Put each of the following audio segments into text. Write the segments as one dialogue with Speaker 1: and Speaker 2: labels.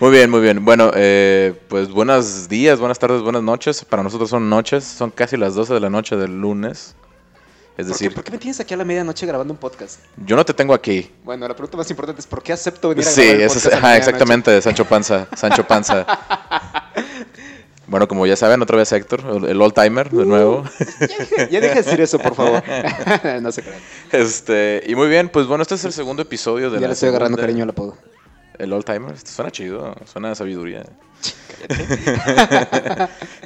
Speaker 1: Muy bien, muy bien. Bueno, eh, pues buenos días, buenas tardes, buenas noches. Para nosotros son noches, son casi las 12 de la noche del lunes. Es
Speaker 2: ¿Por
Speaker 1: decir,
Speaker 2: qué, ¿Por qué me tienes aquí a la medianoche grabando un podcast?
Speaker 1: yo no te tengo aquí.
Speaker 2: Bueno, la pregunta más importante es ¿por qué acepto venir a
Speaker 1: Sí,
Speaker 2: grabar el
Speaker 1: eso es,
Speaker 2: podcast a la
Speaker 1: ajá,
Speaker 2: medianoche?
Speaker 1: exactamente, Sancho Panza, Sancho Panza. bueno, como ya saben, otra vez Héctor, el, el old timer,
Speaker 2: Uh.
Speaker 1: de nuevo.
Speaker 2: Ya deja- Ya deja de decir eso, por favor. no se crean.
Speaker 1: Este, y muy bien, pues bueno, este es el segundo episodio de
Speaker 2: Ya
Speaker 1: la
Speaker 2: le estoy agarrando
Speaker 1: segunda-
Speaker 2: cariño al apodo.
Speaker 1: El old timer, esto suena chido, suena a sabiduría.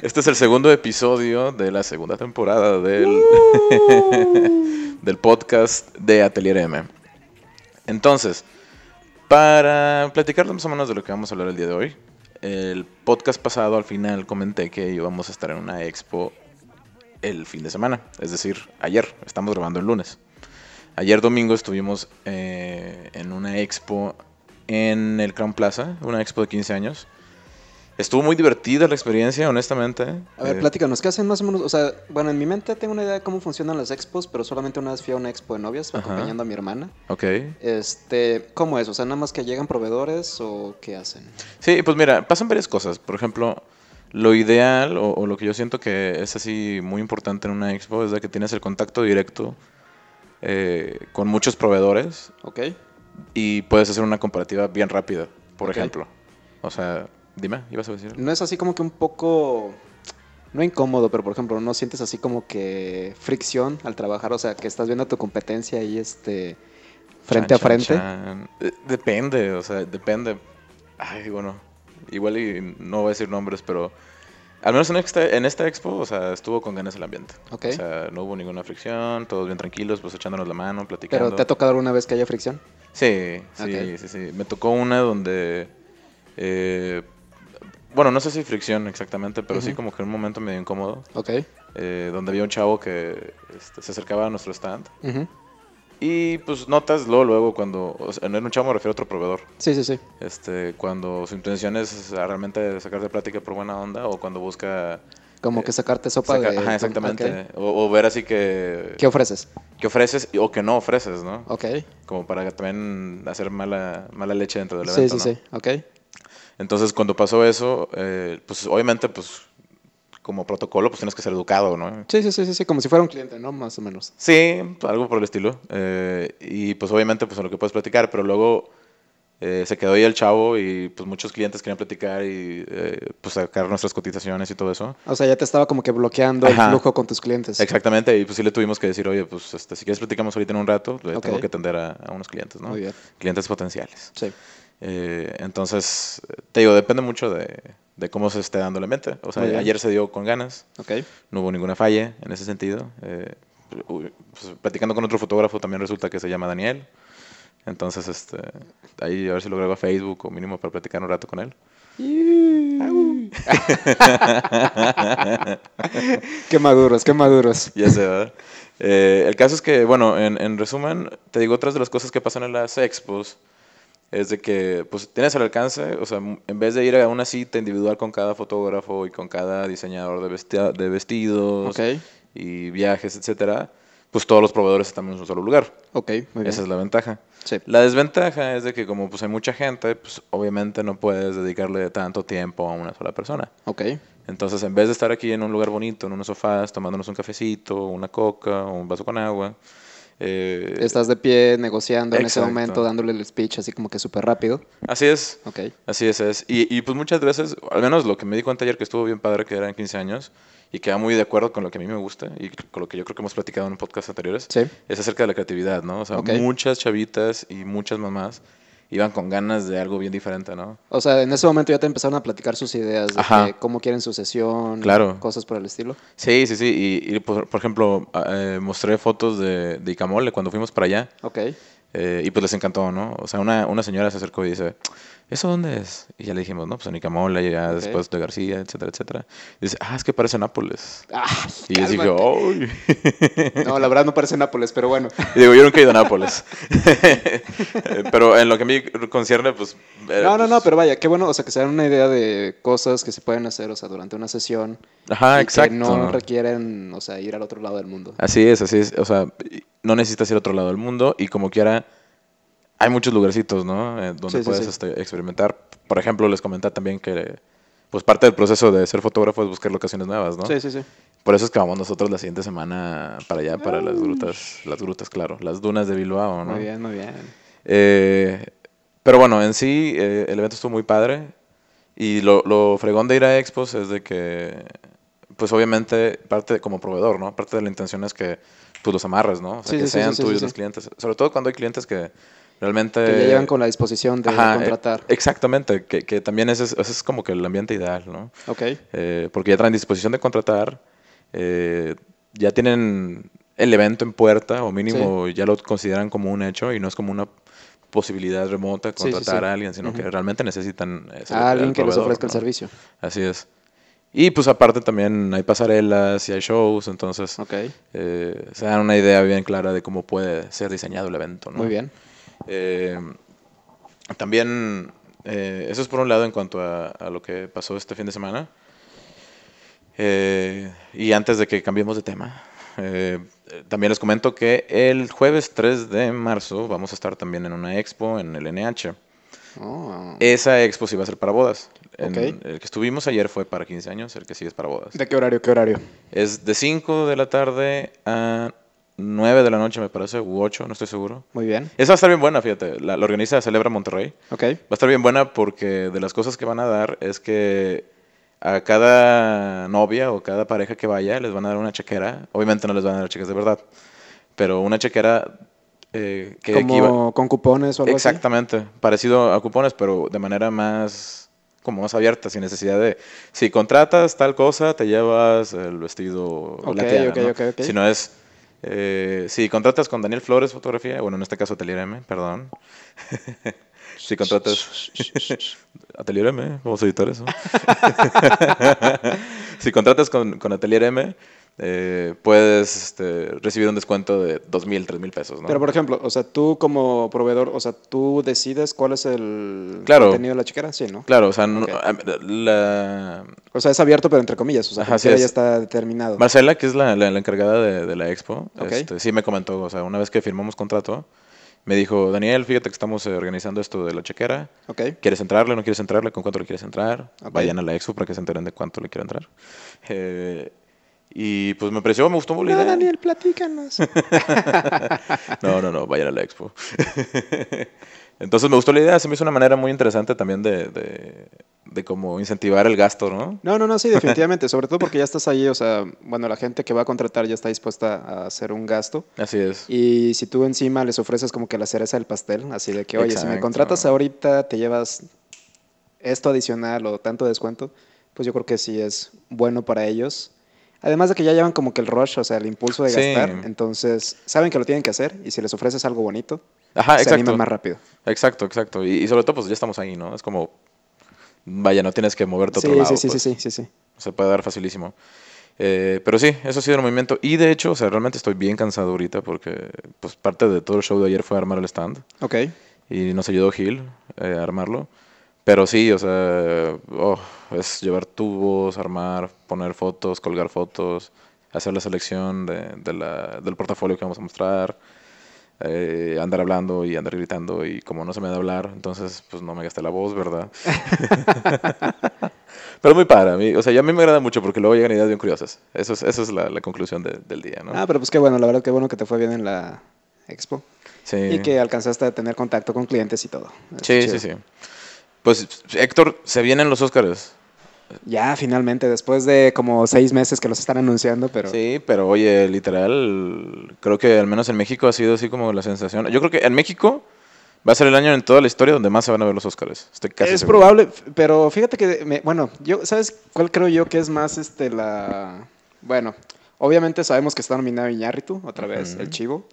Speaker 1: este es el segundo episodio de la segunda temporada del,
Speaker 2: Uh.
Speaker 1: del podcast de Atelier M. Entonces, para platicar más o menos de lo que vamos a hablar el día de hoy, el podcast pasado al final comenté que íbamos a estar en una expo el fin de semana, es decir, ayer, estamos grabando el lunes. Ayer domingo estuvimos eh, en una expo en el Crown Plaza, una expo de 15 años. Estuvo muy divertida la experiencia, honestamente.
Speaker 2: A ver,
Speaker 1: Eh,
Speaker 2: platícanos, ¿qué hacen más o menos? O sea, bueno, en mi mente tengo una idea de cómo funcionan las expos, pero solamente una vez fui a una expo de novias
Speaker 1: Ajá.
Speaker 2: acompañando a mi hermana.
Speaker 1: Ok.
Speaker 2: Este, ¿cómo es? O sea, nada más que llegan proveedores o qué hacen.
Speaker 1: Sí, pues mira, pasan varias cosas. Por ejemplo, lo ideal o, o lo que yo siento que es así muy importante en una expo es de que tienes el contacto directo eh, con muchos proveedores
Speaker 2: ¿Ok?
Speaker 1: y puedes hacer una comparativa bien rápida, por
Speaker 2: Ok.
Speaker 1: ejemplo. O sea, dime, ibas a decir. algo?
Speaker 2: No es así como que un poco. No incómodo, pero por ejemplo, ¿no sientes así como que fricción al trabajar? O sea, que estás viendo a tu competencia ahí, este.
Speaker 1: Chan,
Speaker 2: Frente a frente.
Speaker 1: chan, chan. Eh, Depende, o sea, depende. Ay, bueno, igual y no voy a decir nombres, pero al menos en esta, en esta expo, o sea, estuvo con ganas el ambiente.
Speaker 2: Ok.
Speaker 1: O sea, no hubo ninguna fricción, todos bien tranquilos, pues echándonos la mano, platicando.
Speaker 2: Pero ¿te ha tocado alguna vez que haya fricción?
Speaker 1: Sí, sí,
Speaker 2: Ok.
Speaker 1: sí, sí. Me tocó una donde. eh, bueno, no sé si fricción exactamente, pero sí
Speaker 2: Ujú.
Speaker 1: como que un momento medio incómodo,
Speaker 2: Ok.
Speaker 1: eh, donde había un chavo que este, se acercaba a nuestro stand. Y pues notas luego, luego cuando. O sea, no era un chavo, me refiero a otro proveedor.
Speaker 2: Sí, sí, sí.
Speaker 1: Este, cuando su intención es ah, realmente sacarte plática por buena onda o cuando busca.
Speaker 2: Como
Speaker 1: Eh,
Speaker 2: que sacarte sopa
Speaker 1: saca-
Speaker 2: de.
Speaker 1: ajá,
Speaker 2: ok.
Speaker 1: exactamente. O, o ver así que.
Speaker 2: ¿Qué ofreces?
Speaker 1: que ofreces y- o que no ofreces, ¿no?
Speaker 2: Ok.
Speaker 1: Como para también hacer mala, mala leche dentro del
Speaker 2: Sí,
Speaker 1: evento.
Speaker 2: sí,
Speaker 1: ¿no?
Speaker 2: sí. Ok.
Speaker 1: Entonces, cuando pasó eso, eh, pues obviamente, pues como protocolo, pues tienes que ser educado, ¿no?
Speaker 2: Sí, sí, sí, sí, sí, como si fuera un cliente, ¿no? Más o menos.
Speaker 1: Sí, algo por el estilo. Eh, y pues obviamente, pues en lo que puedes platicar, pero luego eh, se quedó ahí el chavo y pues muchos clientes querían platicar y eh, pues sacar nuestras cotizaciones y todo eso.
Speaker 2: O sea, ya te estaba como que bloqueando
Speaker 1: Ajá.
Speaker 2: el flujo con tus clientes.
Speaker 1: Exactamente, y pues sí le tuvimos que decir, oye, pues este, si quieres platicamos ahorita en un rato, le
Speaker 2: Ok.
Speaker 1: tengo que atender a, a unos clientes, ¿no?
Speaker 2: Muy bien.
Speaker 1: Clientes potenciales.
Speaker 2: Sí.
Speaker 1: Eh, entonces, te digo, depende mucho de, de cómo se esté dando la mente. O sea,
Speaker 2: Muy bien.
Speaker 1: ayer se dio con ganas,
Speaker 2: Ok.
Speaker 1: no hubo ninguna falla en ese sentido. Eh, uy, pues, platicando con otro fotógrafo también resulta que se llama Daniel. Entonces, este, ahí a ver si lo grabo a Facebook o mínimo para platicar un rato con él.
Speaker 2: Qué maduros, qué maduros.
Speaker 1: Ya sé, ¿verdad? Eh, el caso es que, bueno, en, en resumen, te digo, otras de las cosas que pasan en las expos es de que, pues, tienes al alcance, o sea, m- en vez de ir a una cita individual con cada fotógrafo y con cada diseñador de, vesti- de vestidos
Speaker 2: Ok.
Speaker 1: y viajes, etcétera, pues todos los proveedores están en un solo lugar.
Speaker 2: Ok, muy bien.
Speaker 1: Esa es la ventaja.
Speaker 2: Sí.
Speaker 1: La desventaja es de que como pues hay mucha gente, pues obviamente no puedes dedicarle tanto tiempo a una sola persona.
Speaker 2: Ok.
Speaker 1: Entonces, en vez de estar aquí en un lugar bonito, en unos sofás, tomándonos un cafecito, una coca, un vaso con agua, Eh,
Speaker 2: Estás de pie negociando en ese
Speaker 1: exacto.
Speaker 2: momento, dándole el speech así como que súper rápido.
Speaker 1: Así es.
Speaker 2: Ok.
Speaker 1: Así es, es. Y, y, pues muchas veces, al menos lo que me di cuenta ayer que estuvo bien padre que eran 15 años y que va muy de acuerdo con lo que a mí me gusta y con lo que yo creo que hemos platicado en podcasts anteriores,
Speaker 2: Sí.
Speaker 1: es acerca de la creatividad, ¿no? O sea,
Speaker 2: Ok.
Speaker 1: muchas chavitas y muchas mamás iban con ganas de algo bien diferente, ¿no?
Speaker 2: O sea, en ese momento ya te empezaron a platicar sus ideas de
Speaker 1: Ajá.
Speaker 2: que cómo quieren su sesión,
Speaker 1: Claro.
Speaker 2: cosas por el estilo.
Speaker 1: Sí, sí, sí. Y, y, por, por ejemplo, a- eh, mostré fotos de, de Icamole cuando fuimos para allá
Speaker 2: Ok.
Speaker 1: eh, y pues les encantó, ¿no? O sea, una, una señora se acercó y dice, ¿eso dónde es? Y ya le dijimos, no, pues en Icamole, y ya
Speaker 2: Ok.
Speaker 1: después de García, etcétera, etcétera. Y dice, ah, es que parece Nápoles.
Speaker 2: Ah,
Speaker 1: Y yo dije, "Oh".
Speaker 2: cálmate.
Speaker 1: ¡ay!
Speaker 2: No, la verdad no parece Nápoles, pero bueno.
Speaker 1: Y digo, yo nunca he ido a Nápoles. pero en lo que a mí concierne, pues. eh,
Speaker 2: No, no, no,
Speaker 1: pues,
Speaker 2: pero vaya, qué bueno, o sea, que se dan una idea de cosas que se pueden hacer, o sea, durante una sesión. y
Speaker 1: Ajá, Ah, exacto.
Speaker 2: Que no requieren, o sea, ir al otro lado del mundo.
Speaker 1: Así es, así es. O sea, y- no necesitas ir a otro lado del mundo y como quiera, hay muchos lugarcitos, ¿no? Eh, donde
Speaker 2: Sí, sí,
Speaker 1: puedes
Speaker 2: sí.
Speaker 1: este, experimentar. Por ejemplo, les comenté también que. Pues parte del proceso de ser fotógrafo es buscar locaciones nuevas, ¿no?
Speaker 2: Sí, sí, sí.
Speaker 1: Por eso es que vamos nosotros la siguiente semana para allá, para las grutas, las grutas, claro, las dunas de Bilbao, ¿no?
Speaker 2: Ah. Muy bien, muy bien.
Speaker 1: Eh, pero bueno, en sí, eh, el evento estuvo muy padre. Y lo, lo fregón de ir a expos es de que, pues obviamente, parte de- como proveedor, ¿no? Parte de la intención es que pues los amarres, ¿no? O sea,
Speaker 2: Sí,
Speaker 1: que
Speaker 2: sí, sí,
Speaker 1: sean
Speaker 2: sí, sí,
Speaker 1: tuyos
Speaker 2: sí.
Speaker 1: los clientes. Sobre todo cuando hay clientes que realmente...
Speaker 2: que ya llevan con la disposición de
Speaker 1: Eh, Ajá, eh,
Speaker 2: contratar.
Speaker 1: exactamente, que, que también ese es, ese es como que el ambiente ideal, ¿no?
Speaker 2: ok.
Speaker 1: Eh, porque ya traen disposición de contratar, eh, ya tienen el evento en puerta, o mínimo ya lo consideran como un hecho y no es como una posibilidad remota de
Speaker 2: Sí, sí,
Speaker 1: contratar
Speaker 2: sí.
Speaker 1: a alguien, sino que realmente necesitan ese-
Speaker 2: A alguien
Speaker 1: al
Speaker 2: que les
Speaker 1: proveedor,
Speaker 2: ofrezca el
Speaker 1: ¿no?
Speaker 2: servicio.
Speaker 1: Así es. Y pues aparte también hay pasarelas y hay shows, entonces
Speaker 2: Ok.
Speaker 1: eh, se dan una idea bien clara de cómo puede ser diseñado el evento. ¿no?
Speaker 2: Muy bien.
Speaker 1: Eh, también, eh, eso es por un lado en cuanto a, a lo que pasó este fin de semana. Eh, y antes de que cambiemos de tema, eh, eh, también les comento que el jueves 3 de marzo vamos a estar también en una expo en el NH.
Speaker 2: Oh.
Speaker 1: Esa expo sí va a ser para bodas. En-
Speaker 2: Ok.
Speaker 1: El que estuvimos ayer fue para 15 años, el que sí es para bodas.
Speaker 2: ¿De qué horario? ¿Qué horario?
Speaker 1: Es de 5 de la tarde a 9 de la noche, me parece, u 8, no estoy seguro.
Speaker 2: Muy bien.
Speaker 1: Esa va a estar bien buena, fíjate. La, la organiza Celebra Monterrey.
Speaker 2: Ok.
Speaker 1: Va a estar bien buena porque de las cosas que van a dar es que a cada novia o cada pareja que vaya les van a dar una chequera. Obviamente no les van a dar cheques de verdad, pero una chequera eh, que
Speaker 2: Como
Speaker 1: equiva-
Speaker 2: con cupones o algo así.
Speaker 1: Exactamente, parecido a cupones, pero de manera más como más abierta, sin necesidad de si contratas tal cosa, te llevas el vestido o la
Speaker 2: Ok,
Speaker 1: tiara,
Speaker 2: ok,
Speaker 1: ¿no?
Speaker 2: ok, ok.
Speaker 1: Si no es eh, si contratas con Daniel Flores fotografía, bueno, en este caso Atelier M, perdón. si contratas Atelier M, ¿eh? vamos a editar eso. si contratas con, con Atelier M, eh, puedes este, recibir un descuento de dos mil, tres mil pesos, ¿no?
Speaker 2: Pero por ejemplo, o sea, tú como proveedor, o sea, tú decides cuál es el
Speaker 1: Claro.
Speaker 2: contenido de la chequera, sí, ¿no?
Speaker 1: Claro, o sea, no-
Speaker 2: Ok.
Speaker 1: a- la,
Speaker 2: O sea, es abierto, pero entre comillas, o sea,
Speaker 1: Ajá,
Speaker 2: como
Speaker 1: así
Speaker 2: quiera
Speaker 1: es.
Speaker 2: ya está determinado.
Speaker 1: Marcela, que es la, la- la encargada de, de la expo,
Speaker 2: Ok.
Speaker 1: este, sí me comentó, o sea, una vez que firmamos contrato, me dijo, Daniel, fíjate que estamos eh, organizando esto de la chequera,
Speaker 2: Ok.
Speaker 1: ¿quieres entrarle, no quieres entrarle, con cuánto le quieres entrar?
Speaker 2: Ok.
Speaker 1: Vayan a la expo para que se enteren de cuánto le quiero entrar. Eh, y pues me pareció, me gustó mucho la
Speaker 2: No,
Speaker 1: idea.
Speaker 2: Daniel, platícanos.
Speaker 1: No, no, no, vayan a la expo. Entonces me gustó la idea, se me hizo una manera muy interesante también de, de, de como incentivar el gasto, ¿no?
Speaker 2: No, no, no, sí, definitivamente. Sobre todo porque ya estás ahí, o sea, bueno, la gente que va a contratar ya está dispuesta a hacer un gasto.
Speaker 1: Así es.
Speaker 2: Y si tú encima les ofreces como que la cereza del pastel, así de que, oye, si me
Speaker 1: Exacto.
Speaker 2: contratas ahorita, te llevas esto adicional o tanto descuento, pues yo creo que sí es bueno para ellos. Además de que ya llevan como que el rush, o sea, el impulso de
Speaker 1: Sí.
Speaker 2: gastar, entonces saben que lo tienen que hacer y si les ofreces algo bonito,
Speaker 1: Ajá,
Speaker 2: se
Speaker 1: Ah, exacto.
Speaker 2: animan más rápido.
Speaker 1: Exacto, exacto. Y, y sobre todo, pues ya estamos ahí, ¿no? Es como, vaya, no tienes que moverte a
Speaker 2: Sí,
Speaker 1: otro lado.
Speaker 2: sí, sí,
Speaker 1: pues.
Speaker 2: sí, sí, sí, sí.
Speaker 1: Se puede dar facilísimo. Eh, pero sí, eso ha sido el movimiento. Y de hecho, o sea, realmente estoy bien cansado ahorita porque, pues, parte de todo el show de ayer fue armar el stand.
Speaker 2: Ok.
Speaker 1: Y nos ayudó Gil eh, a armarlo. Pero sí, o sea, oh, es llevar tubos, armar, poner fotos, colgar fotos, hacer la selección de- de la- del portafolio que vamos a mostrar, eh, andar hablando y andar gritando. Y como no se me da hablar, entonces pues no me gasté la voz, ¿verdad? Pero muy padre, a mí, o sea, ya a mí me agrada mucho porque luego llegan ideas bien curiosas. Eso es, esa es la, la conclusión de- del día, ¿no?
Speaker 2: Ah, pero pues qué bueno, la verdad que bueno que te fue bien en la, expo.
Speaker 1: Sí.
Speaker 2: Y que alcanzaste a tener contacto con clientes y todo.
Speaker 1: sí, sí, sí. Pues Héctor, se vienen los Óscares.
Speaker 2: Ya, finalmente, después de como seis meses que los están anunciando, pero...
Speaker 1: Sí, pero oye, literal, creo que al menos en México ha sido así como la sensación. Yo creo que en México va a ser el año en toda la historia donde más se van a ver los Óscares. Estoy casi
Speaker 2: es
Speaker 1: seguro.
Speaker 2: probable, f- pero fíjate que, me- bueno, yo, ¿sabes cuál creo yo que es más este la... Bueno, obviamente sabemos que está nominado Iñárritu, otra vez,
Speaker 1: Ujú.
Speaker 2: el chivo,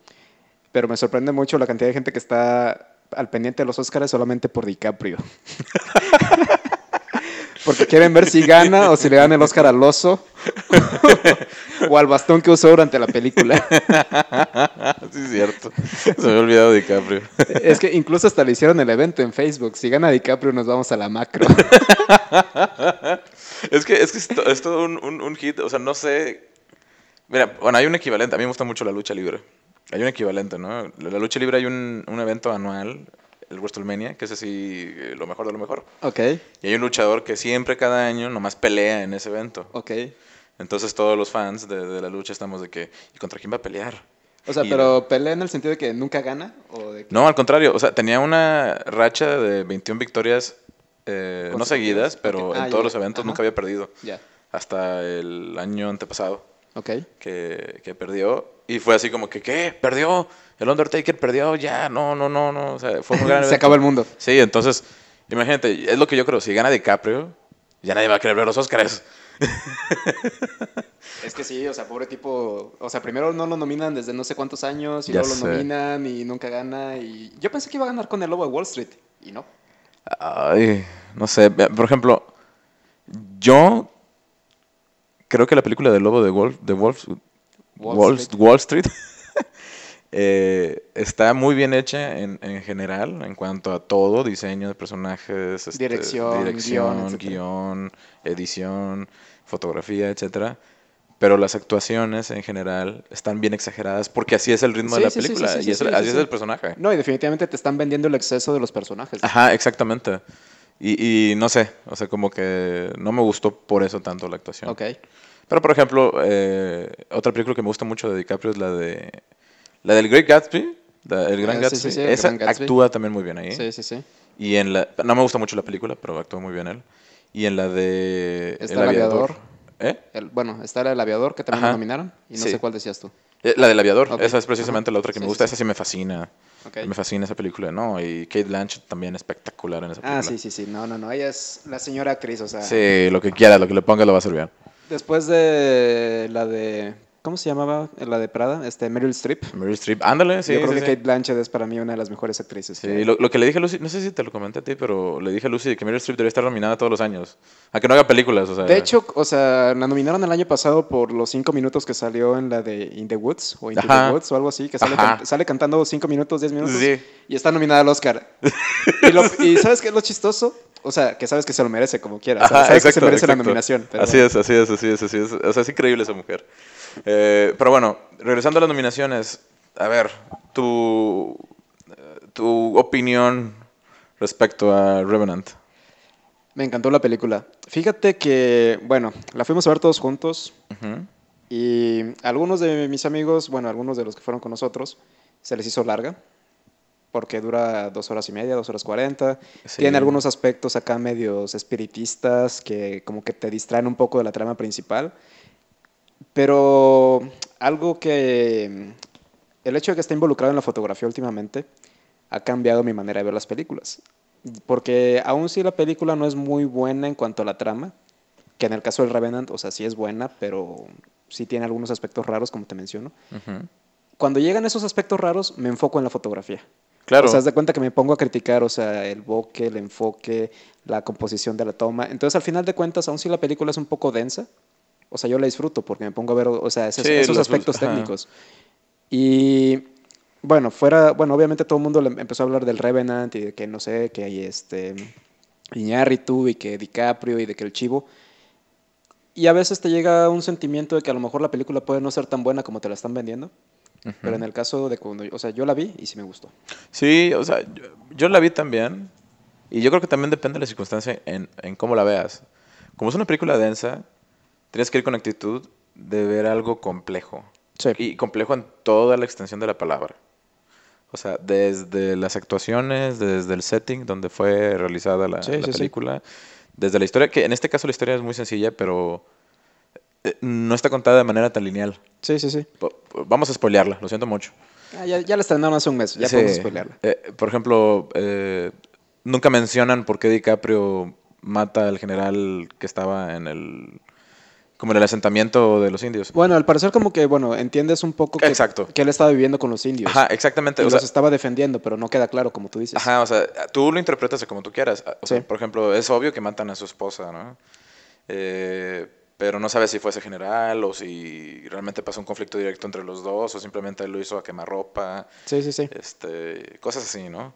Speaker 2: pero me sorprende mucho la cantidad de gente que está al pendiente de los Óscares solamente por DiCaprio. Porque quieren ver si gana o si le dan el Óscar al oso o al bastón que usó durante la película.
Speaker 1: Ah, sí, es cierto. Se me había olvidado de DiCaprio.
Speaker 2: Es que incluso hasta le hicieron el evento en Facebook. Si gana DiCaprio nos vamos a la macro.
Speaker 1: Es que es, que es, to- es todo un, un- un hit. O sea, no sé. Mira, bueno, hay un equivalente. A mí me gusta mucho la lucha libre. Hay un equivalente, ¿no? La la lucha libre hay un, un evento anual, el WrestleMania, que es así eh, lo mejor de lo mejor.
Speaker 2: Ok,
Speaker 1: Y hay un luchador que siempre, cada año, nomás pelea en ese evento.
Speaker 2: ok.
Speaker 1: Entonces todos los fans de, de la lucha estamos de que, ¿y contra quién va a pelear?
Speaker 2: O sea,
Speaker 1: Y-
Speaker 2: pero pelea en el sentido de que nunca gana o de que...
Speaker 1: No, al contrario, o sea, tenía una racha de 21 victorias, eh, no
Speaker 2: Consecutivas.
Speaker 1: seguidas, pero
Speaker 2: Ok. Ah,
Speaker 1: en
Speaker 2: ya,
Speaker 1: todos los
Speaker 2: ya.
Speaker 1: eventos
Speaker 2: Ajá.
Speaker 1: nunca había perdido.
Speaker 2: Ya,
Speaker 1: Hasta el año antepasado
Speaker 2: ok.
Speaker 1: que, que perdió. Y fue así como que, ¿qué? ¿Perdió? El Undertaker perdió, ya, no, no, no, no. O sea, fue un gran
Speaker 2: Se
Speaker 1: evento.
Speaker 2: acaba el mundo.
Speaker 1: Sí, entonces, imagínate, es lo que yo creo, si gana DiCaprio, ya nadie va a querer ver los Oscars.
Speaker 2: Es que sí, o sea, pobre tipo... O sea, primero no lo nominan desde no sé cuántos años y
Speaker 1: Ya
Speaker 2: luego
Speaker 1: sé.
Speaker 2: lo nominan y nunca gana y... Yo pensé que iba a ganar con el lobo de Wall Street y no.
Speaker 1: Ay, no sé. ve- Por ejemplo, yo creo que la película del lobo de Wall, de Wolf-
Speaker 2: Wall
Speaker 1: Wall-
Speaker 2: Street.
Speaker 1: Wall Street, eh, está muy bien hecha en, en general, en cuanto a todo, diseño de personajes, este,
Speaker 2: Dirección,
Speaker 1: dirección,
Speaker 2: guión, etcétera.
Speaker 1: guión, edición, fotografía, etcétera. Pero las actuaciones en general están bien exageradas porque así es el ritmo
Speaker 2: Sí,
Speaker 1: de la
Speaker 2: sí, sí, sí,
Speaker 1: película
Speaker 2: sí,
Speaker 1: y
Speaker 2: sí,
Speaker 1: es
Speaker 2: sí,
Speaker 1: el-
Speaker 2: sí,
Speaker 1: así es
Speaker 2: sí.
Speaker 1: el personaje.
Speaker 2: No, y definitivamente te están vendiendo el exceso de los personajes.
Speaker 1: Ajá, exactamente. Y, y no sé, o sea, como que no me gustó por eso tanto la actuación.
Speaker 2: Ok.
Speaker 1: Pero, por ejemplo, eh, otra película que me gusta mucho de DiCaprio es la de la del Great Gatsby, la- el Gran
Speaker 2: Ah, sí,
Speaker 1: Gatsby.
Speaker 2: sí, sí, el
Speaker 1: Esa
Speaker 2: Gran Gatsby.
Speaker 1: actúa también muy bien ahí.
Speaker 2: Sí, sí, sí.
Speaker 1: Y en la no me gusta mucho la película, pero actúa muy bien él. Y en la de
Speaker 2: Está El Aviador.
Speaker 1: ¿Eh?
Speaker 2: El- bueno, está el aviador que también
Speaker 1: Ajá.
Speaker 2: lo nominaron y no
Speaker 1: Sí.
Speaker 2: sé cuál decías tú.
Speaker 1: Eh, La del aviador,
Speaker 2: Ok.
Speaker 1: esa es precisamente
Speaker 2: Ajá.
Speaker 1: la otra que
Speaker 2: Sí,
Speaker 1: me
Speaker 2: sí,
Speaker 1: gusta,
Speaker 2: sí.
Speaker 1: esa sí me fascina.
Speaker 2: Ok.
Speaker 1: Me fascina esa película, ¿no? Y Kate Blanchett también espectacular en esa película.
Speaker 2: Ah, sí, sí, sí. No, no, no. Ella es la señora actriz, o sea...
Speaker 1: Sí, lo que quiera, lo que le ponga lo va a hacer bien.
Speaker 2: Después de la de. ¿Cómo se llamaba? La de Prada, este, Meryl Streep.
Speaker 1: Meryl Streep, ándale, sí.
Speaker 2: Yo creo
Speaker 1: sí,
Speaker 2: que
Speaker 1: sí.
Speaker 2: Kate Blanchett es para mí una de las mejores actrices.
Speaker 1: Sí,
Speaker 2: que-
Speaker 1: lo, lo que le dije a Lucy, no sé si te lo comenté a ti, pero le dije a Lucy que Meryl Streep debería estar nominada todos los años. A que no haga películas, o sea.
Speaker 2: De hecho, o sea, la nominaron el año pasado por los cinco minutos que salió en la de In the Woods o Into
Speaker 1: Ajá.
Speaker 2: the Woods o algo así, que sale,
Speaker 1: Ajá.
Speaker 2: can- sale cantando cinco minutos, diez minutos
Speaker 1: Sí.
Speaker 2: y está nominada al Oscar. y, lo- y ¿sabes qué es lo chistoso? O sea, que sabes que se lo merece como quiera. o sea,
Speaker 1: Ajá,
Speaker 2: sabes que se
Speaker 1: exacto,
Speaker 2: merece la
Speaker 1: exacto.
Speaker 2: nominación. pero
Speaker 1: así es, así es, así es, así es. O sea, es increíble esa mujer. Eh, pero bueno, regresando a las nominaciones, a ver, tu, eh, tu opinión respecto a Revenant.
Speaker 2: Me encantó la película. Fíjate que, bueno, la fuimos a ver todos juntos.
Speaker 1: Ujú.
Speaker 2: Y algunos de mis amigos, bueno, algunos de los que fueron con nosotros, se les hizo larga, porque dura dos horas y media, dos horas cuarenta.
Speaker 1: Sí.
Speaker 2: Tiene algunos aspectos acá medios espiritistas que como que te distraen un poco de la trama principal. Pero algo que... El hecho de que esté involucrado en la fotografía últimamente ha cambiado mi manera de ver las películas. Porque aun si la película no es muy buena en cuanto a la trama, que en el caso del Revenant, o sea, sí es buena, pero sí tiene algunos aspectos raros, como te menciono.
Speaker 1: Ujú.
Speaker 2: Cuando llegan esos aspectos raros, me enfoco en la fotografía.
Speaker 1: Claro.
Speaker 2: O sea, haz de cuenta que me pongo a criticar, o sea, el bokeh, el enfoque, la composición de la toma. Entonces, al final de cuentas, aun si la película es un poco densa, o sea, yo la disfruto porque me pongo a ver, o sea, esos,
Speaker 1: Sí,
Speaker 2: esos
Speaker 1: los-
Speaker 2: aspectos
Speaker 1: ajá.
Speaker 2: técnicos. Y bueno, fuera, bueno, obviamente todo el mundo le empezó a hablar del Revenant y de que no sé, que hay este Iñárritu y que DiCaprio y de que el Chivo. Y a veces te llega un sentimiento de que a lo mejor la película puede no ser tan buena como te la están vendiendo,
Speaker 1: Ujú.
Speaker 2: pero en el caso de cuando, o sea, yo la vi y sí me gustó.
Speaker 1: Sí, o sea, yo, yo la vi también. Y yo creo que también depende de la circunstancia en, en cómo la veas. Como es una película densa, tienes que ir con actitud de ver algo complejo.
Speaker 2: Sí.
Speaker 1: Y complejo en toda la extensión de la palabra. O sea, desde las actuaciones, desde el setting donde fue realizada la,
Speaker 2: Sí,
Speaker 1: la
Speaker 2: sí, sí.
Speaker 1: película, desde la historia, que en este caso la historia es muy sencilla, pero eh, no está contada de manera tan lineal.
Speaker 2: Sí, sí, sí.
Speaker 1: Po- Vamos a spoilearla, lo siento mucho.
Speaker 2: Ah, ya, ya la estrenaron hace un mes, ya
Speaker 1: Sí.
Speaker 2: podemos spoilearla.
Speaker 1: Eh, por ejemplo, eh, nunca mencionan por qué DiCaprio mata al general que estaba en el. como en el asentamiento de los indios.
Speaker 2: Bueno, al parecer como que, bueno, entiendes un poco que,
Speaker 1: Exacto.
Speaker 2: que él estaba viviendo con los indios.
Speaker 1: Ajá,
Speaker 2: Y
Speaker 1: exactamente. o
Speaker 2: los
Speaker 1: sea,
Speaker 2: estaba defendiendo, pero no queda claro, como tú dices.
Speaker 1: Ajá, o sea, tú lo interpretas de como tú quieras. Ah, O sea,
Speaker 2: Sí.
Speaker 1: por ejemplo, es obvio que matan a su esposa, ¿no? Eh, pero no sabes si fue ese general o si realmente pasó un conflicto directo entre los dos o simplemente él lo hizo a quemarropa,
Speaker 2: Sí, sí, sí.
Speaker 1: este, cosas así, ¿no?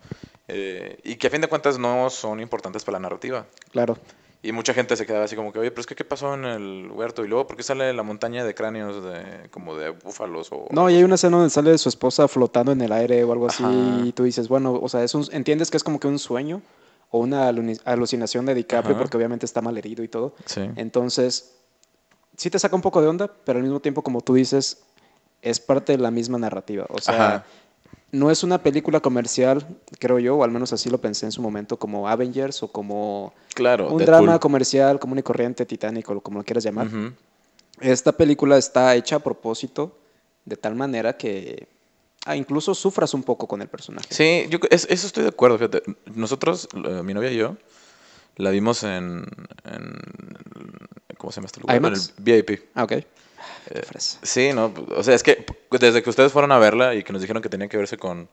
Speaker 1: Eh, y que a fin de cuentas no son importantes para la narrativa.
Speaker 2: Claro.
Speaker 1: Y mucha gente se quedaba así como que, oye, pero es que ¿qué pasó en el huerto? Y luego, ¿por qué sale la montaña de cráneos de, como de búfalos? O...
Speaker 2: No, y hay una escena donde sale su esposa flotando en el aire o algo así,
Speaker 1: Ajá.
Speaker 2: y tú dices, bueno, o sea, es un- entiendes que es como que un sueño o una aluni- alucinación de DiCaprio,
Speaker 1: Ajá.
Speaker 2: porque obviamente está mal herido y todo.
Speaker 1: Sí.
Speaker 2: Entonces, sí te saca un poco de onda, pero al mismo tiempo, como tú dices, es parte de la misma narrativa. O sea,
Speaker 1: Ajá.
Speaker 2: no es una película comercial, creo yo, o al menos así lo pensé en su momento, como Avengers o como
Speaker 1: Claro.
Speaker 2: un
Speaker 1: Deadpool.
Speaker 2: drama comercial común y corriente, titánico, lo- como lo quieras llamar.
Speaker 1: Ujú.
Speaker 2: Esta película está hecha a propósito de tal manera que ah, incluso sufras un poco con el personaje.
Speaker 1: Sí, yo, cre- es- eso estoy de acuerdo. Fíjate, nosotros, la- mi novia y yo, la vimos en, en- ¿cómo se llama este lugar? En el
Speaker 2: ¿IMAX?
Speaker 1: VIP.
Speaker 2: Ah, ok. Qué fresa.
Speaker 1: Sí, no, o sea, es que p- desde que ustedes fueron a verla y que nos dijeron que tenía que verse con,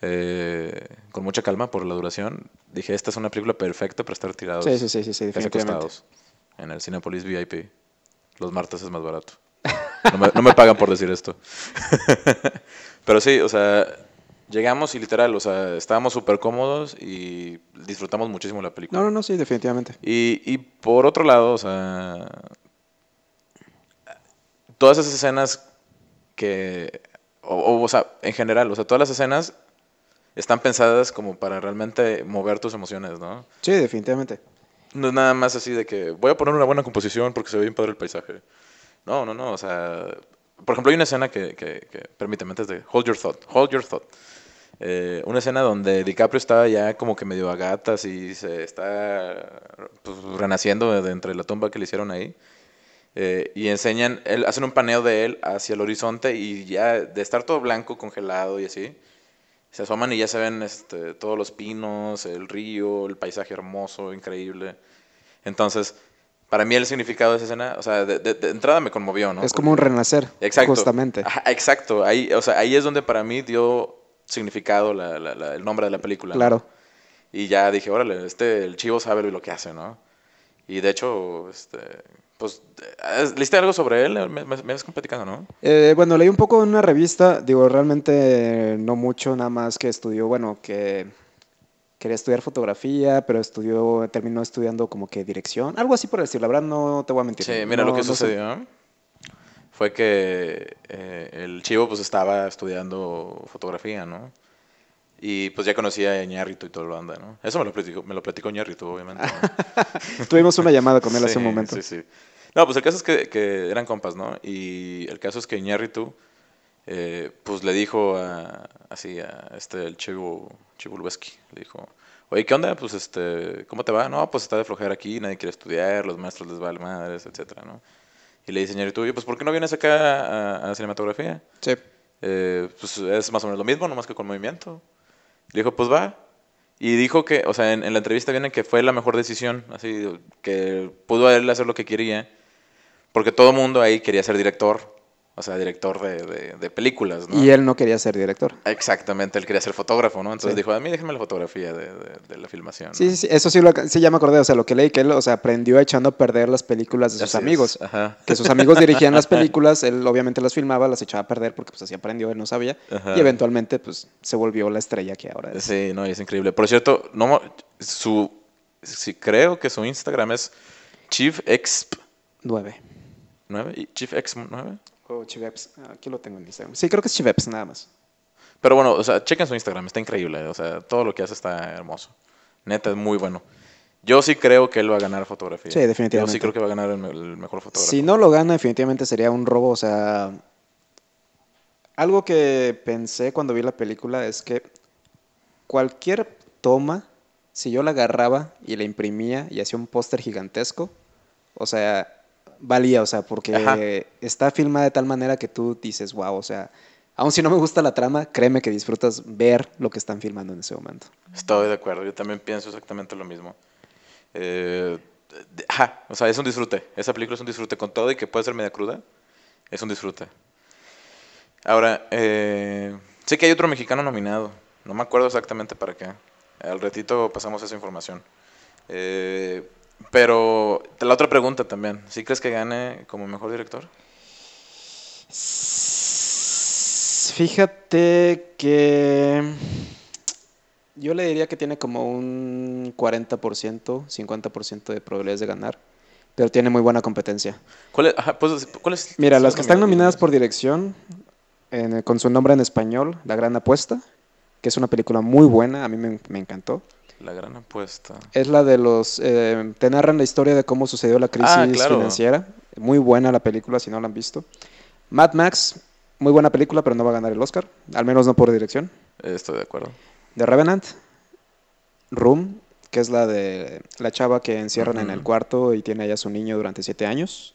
Speaker 1: eh, con mucha calma por la duración, dije, esta es una película perfecta para estar tirados,
Speaker 2: Sí, sí, sí, sí, sí,
Speaker 1: casi
Speaker 2: definitivamente.
Speaker 1: acostados en el Cinepolis VIP. Los martes es más barato. No me, no me pagan por decir esto. Pero sí, o sea, llegamos y literal, o sea, estábamos súper cómodos y disfrutamos muchísimo la película.
Speaker 2: No, no, no, sí, definitivamente.
Speaker 1: Y, y por otro lado, o sea, todas esas escenas que, o, o, o sea, en general, o sea, todas las escenas están pensadas como para realmente mover tus emociones, ¿no?
Speaker 2: Sí, definitivamente.
Speaker 1: No es nada más así de que voy a poner una buena composición porque se ve bien padre el paisaje. No, no, no. O sea, por ejemplo, hay una escena que, que, que- permíteme, antes de Hold Your Thought, Hold Your Thought. Eh, una escena donde DiCaprio está ya como que medio a gatas y se está pues, renaciendo de entre la tumba que le hicieron ahí. Eh, y enseñan, él- hacen un paneo de él hacia el horizonte y ya de estar todo blanco, congelado y así, se asoman y ya se ven este, todos los pinos, el río, el paisaje hermoso, increíble. Entonces, para mí el significado de esa escena, o sea, de, de- de entrada me conmovió, ¿no?
Speaker 2: es como un renacer.
Speaker 1: Exacto.
Speaker 2: Justamente.
Speaker 1: Ajá, exacto. Ahí, o sea, ahí es donde para mí dio significado la- la- la- el nombre de la película. ¿no?
Speaker 2: Claro.
Speaker 1: Y ya dije, órale, este, el chivo sabe lo que hace, ¿no? Y de hecho, este, pues, eh, ¿leíste algo sobre él? Me, me, me has platicado, ¿no?
Speaker 2: Eh, bueno, leí un poco en una revista, digo, realmente eh, no mucho, nada más que estudió, bueno, que quería estudiar fotografía, pero estudió, terminó estudiando como que dirección, algo así por el estilo, la verdad no te voy a mentir.
Speaker 1: Sí, mira
Speaker 2: no-
Speaker 1: lo que
Speaker 2: no sé.
Speaker 1: sucedió. Fue que eh, el chivo pues estaba estudiando fotografía, ¿no? Y pues ya conocía a Ñarrito y todo lo anda, ¿no? Eso me lo platicó, me lo platicó Ñarrito, obviamente. ¿no?
Speaker 2: Tuvimos una llamada con él hace un
Speaker 1: Sí,
Speaker 2: momento.
Speaker 1: Sí, sí. No, pues el caso es que, que eran compas, ¿no? Y el caso es que Iñárritu, eh, pues le dijo a, así a este, el Chivo, Chivo Lubeski, le dijo, oye, ¿qué onda? Pues, este, ¿cómo te va? No, pues está de flojera aquí, nadie quiere estudiar, los maestros les vale madres, etcétera, ¿no? Y le dice Iñárritu, oye, pues, ¿por qué no vienes acá a, a cinematografía?
Speaker 2: Sí.
Speaker 1: Eh, pues es más o menos lo mismo, nomás que con movimiento. Le dijo, pues va. Y dijo que, o sea, en, en la entrevista viene que fue la mejor decisión, así, que pudo él hacer lo que quería, porque todo mundo ahí quería ser director, o sea, director de, de- de películas, ¿no?
Speaker 2: Y él no quería ser director.
Speaker 1: Exactamente, él quería ser fotógrafo, ¿no? Entonces
Speaker 2: Sí.
Speaker 1: dijo, "Ah, a mí déjame la fotografía de, de- de la filmación.
Speaker 2: Sí,
Speaker 1: ¿no?
Speaker 2: sí, sí, eso sí, lo, sí, ya me acordé, o sea, lo que leí, que él, o sea, aprendió echando a perder las películas de sus
Speaker 1: Así es,
Speaker 2: amigos.
Speaker 1: Ajá.
Speaker 2: Que sus amigos dirigían las películas, él obviamente las filmaba, las echaba a perder porque pues así aprendió, él no sabía.
Speaker 1: Ajá.
Speaker 2: Y eventualmente pues se volvió la estrella que ahora es.
Speaker 1: Sí, no, y es increíble. Por cierto, no, mo- su, sí, creo que su Instagram es chiefexp9,
Speaker 2: 9.
Speaker 1: chiefexp9.
Speaker 2: O Chiveps. Ah, Aquí lo tengo en Instagram. Sí, creo que es Chiveps nada más.
Speaker 1: Pero bueno, o sea, chequen su Instagram, está increíble. O sea, todo lo que hace está hermoso. Neta, es muy bueno. Yo sí creo que él va a ganar fotografía.
Speaker 2: Sí,
Speaker 1: Yo
Speaker 2: definitivamente.
Speaker 1: sí creo que va a ganar el, me- el mejor fotógrafo.
Speaker 2: Si no lo gana, definitivamente sería un robo, o sea, Algo que pensé cuando vi la película es que cualquier toma, si yo la agarraba y la imprimía y hacía un póster gigantesco, o sea, valía, o sea, porque
Speaker 1: Ajá.
Speaker 2: está filmada de tal manera que tú dices, wow, o sea, aun si no me gusta la trama, créeme que disfrutas ver lo que están filmando en ese momento.
Speaker 1: Estoy de acuerdo, yo también pienso exactamente lo mismo. Eh, de- ajá, o sea, es un disfrute. Esa película es un disfrute con todo y que puede ser media cruda. Es un disfrute. Ahora, eh, sé que hay otro mexicano nominado. No me acuerdo exactamente para qué. Al ratito pasamos esa información. Eh, pero la otra pregunta también. ¿Sí crees que gane como mejor director?
Speaker 2: Fíjate que yo le diría que tiene como un 40%, 50% de probabilidades de ganar, pero tiene muy buena competencia.
Speaker 1: ¿Cuál es- ajá, pues, ¿cuál es-
Speaker 2: Mira,
Speaker 1: son
Speaker 2: las que están nominadas
Speaker 1: nominados?
Speaker 2: por dirección, en- con su nombre en español, La Gran Apuesta, que es una película muy buena, a mí me, me encantó.
Speaker 1: La gran apuesta.
Speaker 2: Es la de los... eh, te narran la historia de cómo sucedió la crisis
Speaker 1: Ah, claro.
Speaker 2: financiera. Muy buena la película, si no la han visto. Mad Max, muy buena película, pero no va a ganar el Oscar, al menos no por dirección.
Speaker 1: Eh, Estoy de acuerdo.
Speaker 2: The Revenant, Room, que es la de la chava que encierran en el
Speaker 1: Ujú.
Speaker 2: cuarto y tiene allá a su niño durante siete años,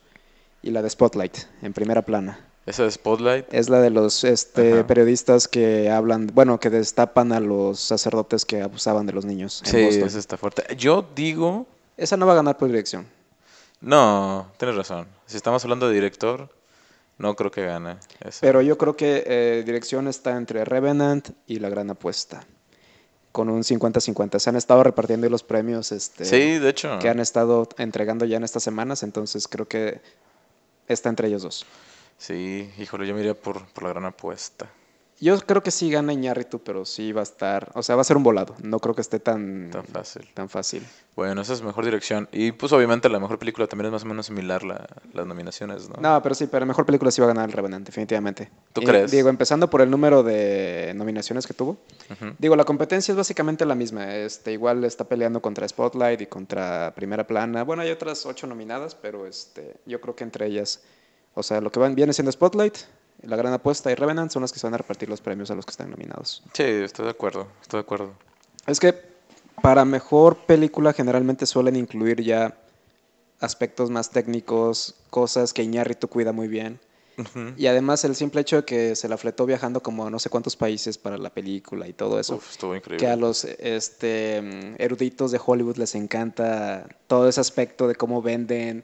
Speaker 2: y la de Spotlight, en primera plana.
Speaker 1: Esa de Spotlight.
Speaker 2: Es la de los este,
Speaker 1: Ajá.
Speaker 2: periodistas que hablan, bueno, que destapan a los sacerdotes que abusaban de los niños. en
Speaker 1: Sí,
Speaker 2: Boston.
Speaker 1: esa está fuerte. Yo digo.
Speaker 2: Esa no va a ganar por dirección.
Speaker 1: No, tienes razón. Si estamos hablando de director, no creo que gane. esa.
Speaker 2: Pero yo creo que eh, dirección está entre Revenant y La Gran Apuesta. Con un 50-50. Se han estado repartiendo los premios este,
Speaker 1: sí, de hecho.
Speaker 2: que han estado entregando ya en estas semanas. Entonces creo que está entre ellos dos.
Speaker 1: Sí, híjole, yo me iría por, por la gran apuesta.
Speaker 2: Yo creo que sí gana Iñárritu, pero sí va a estar. O sea, va a ser un volado. No creo que esté tan,
Speaker 1: Tan fácil.
Speaker 2: tan fácil.
Speaker 1: Bueno, esa es mejor dirección. Y pues obviamente la mejor película también es más o menos similar la- las nominaciones, ¿no?
Speaker 2: No, pero sí, pero mejor película sí va a ganar El Revenant, definitivamente.
Speaker 1: Ah. ¿Tú crees?
Speaker 2: Digo, empezando por el número de nominaciones que tuvo.
Speaker 1: Ujú.
Speaker 2: Digo, la competencia es básicamente la misma. Este, igual está peleando contra Spotlight y contra Primera Plana. Bueno, hay otras ocho nominadas, pero este, yo creo que entre ellas, o sea, lo que van, viene siendo Spotlight, La Gran Apuesta y Revenant son las que se van a repartir los premios a los que están nominados.
Speaker 1: Sí, estoy de acuerdo, estoy de acuerdo.
Speaker 2: Es que para mejor película generalmente suelen incluir ya aspectos más técnicos, cosas que Iñárritu cuida muy bien.
Speaker 1: Ujú.
Speaker 2: Y además el simple hecho de que se la fletó viajando como a no sé cuántos países para la película y todo eso,
Speaker 1: Uf, estuvo increíble.
Speaker 2: que a los este, mm, eruditos de Hollywood les encanta todo ese aspecto de cómo venden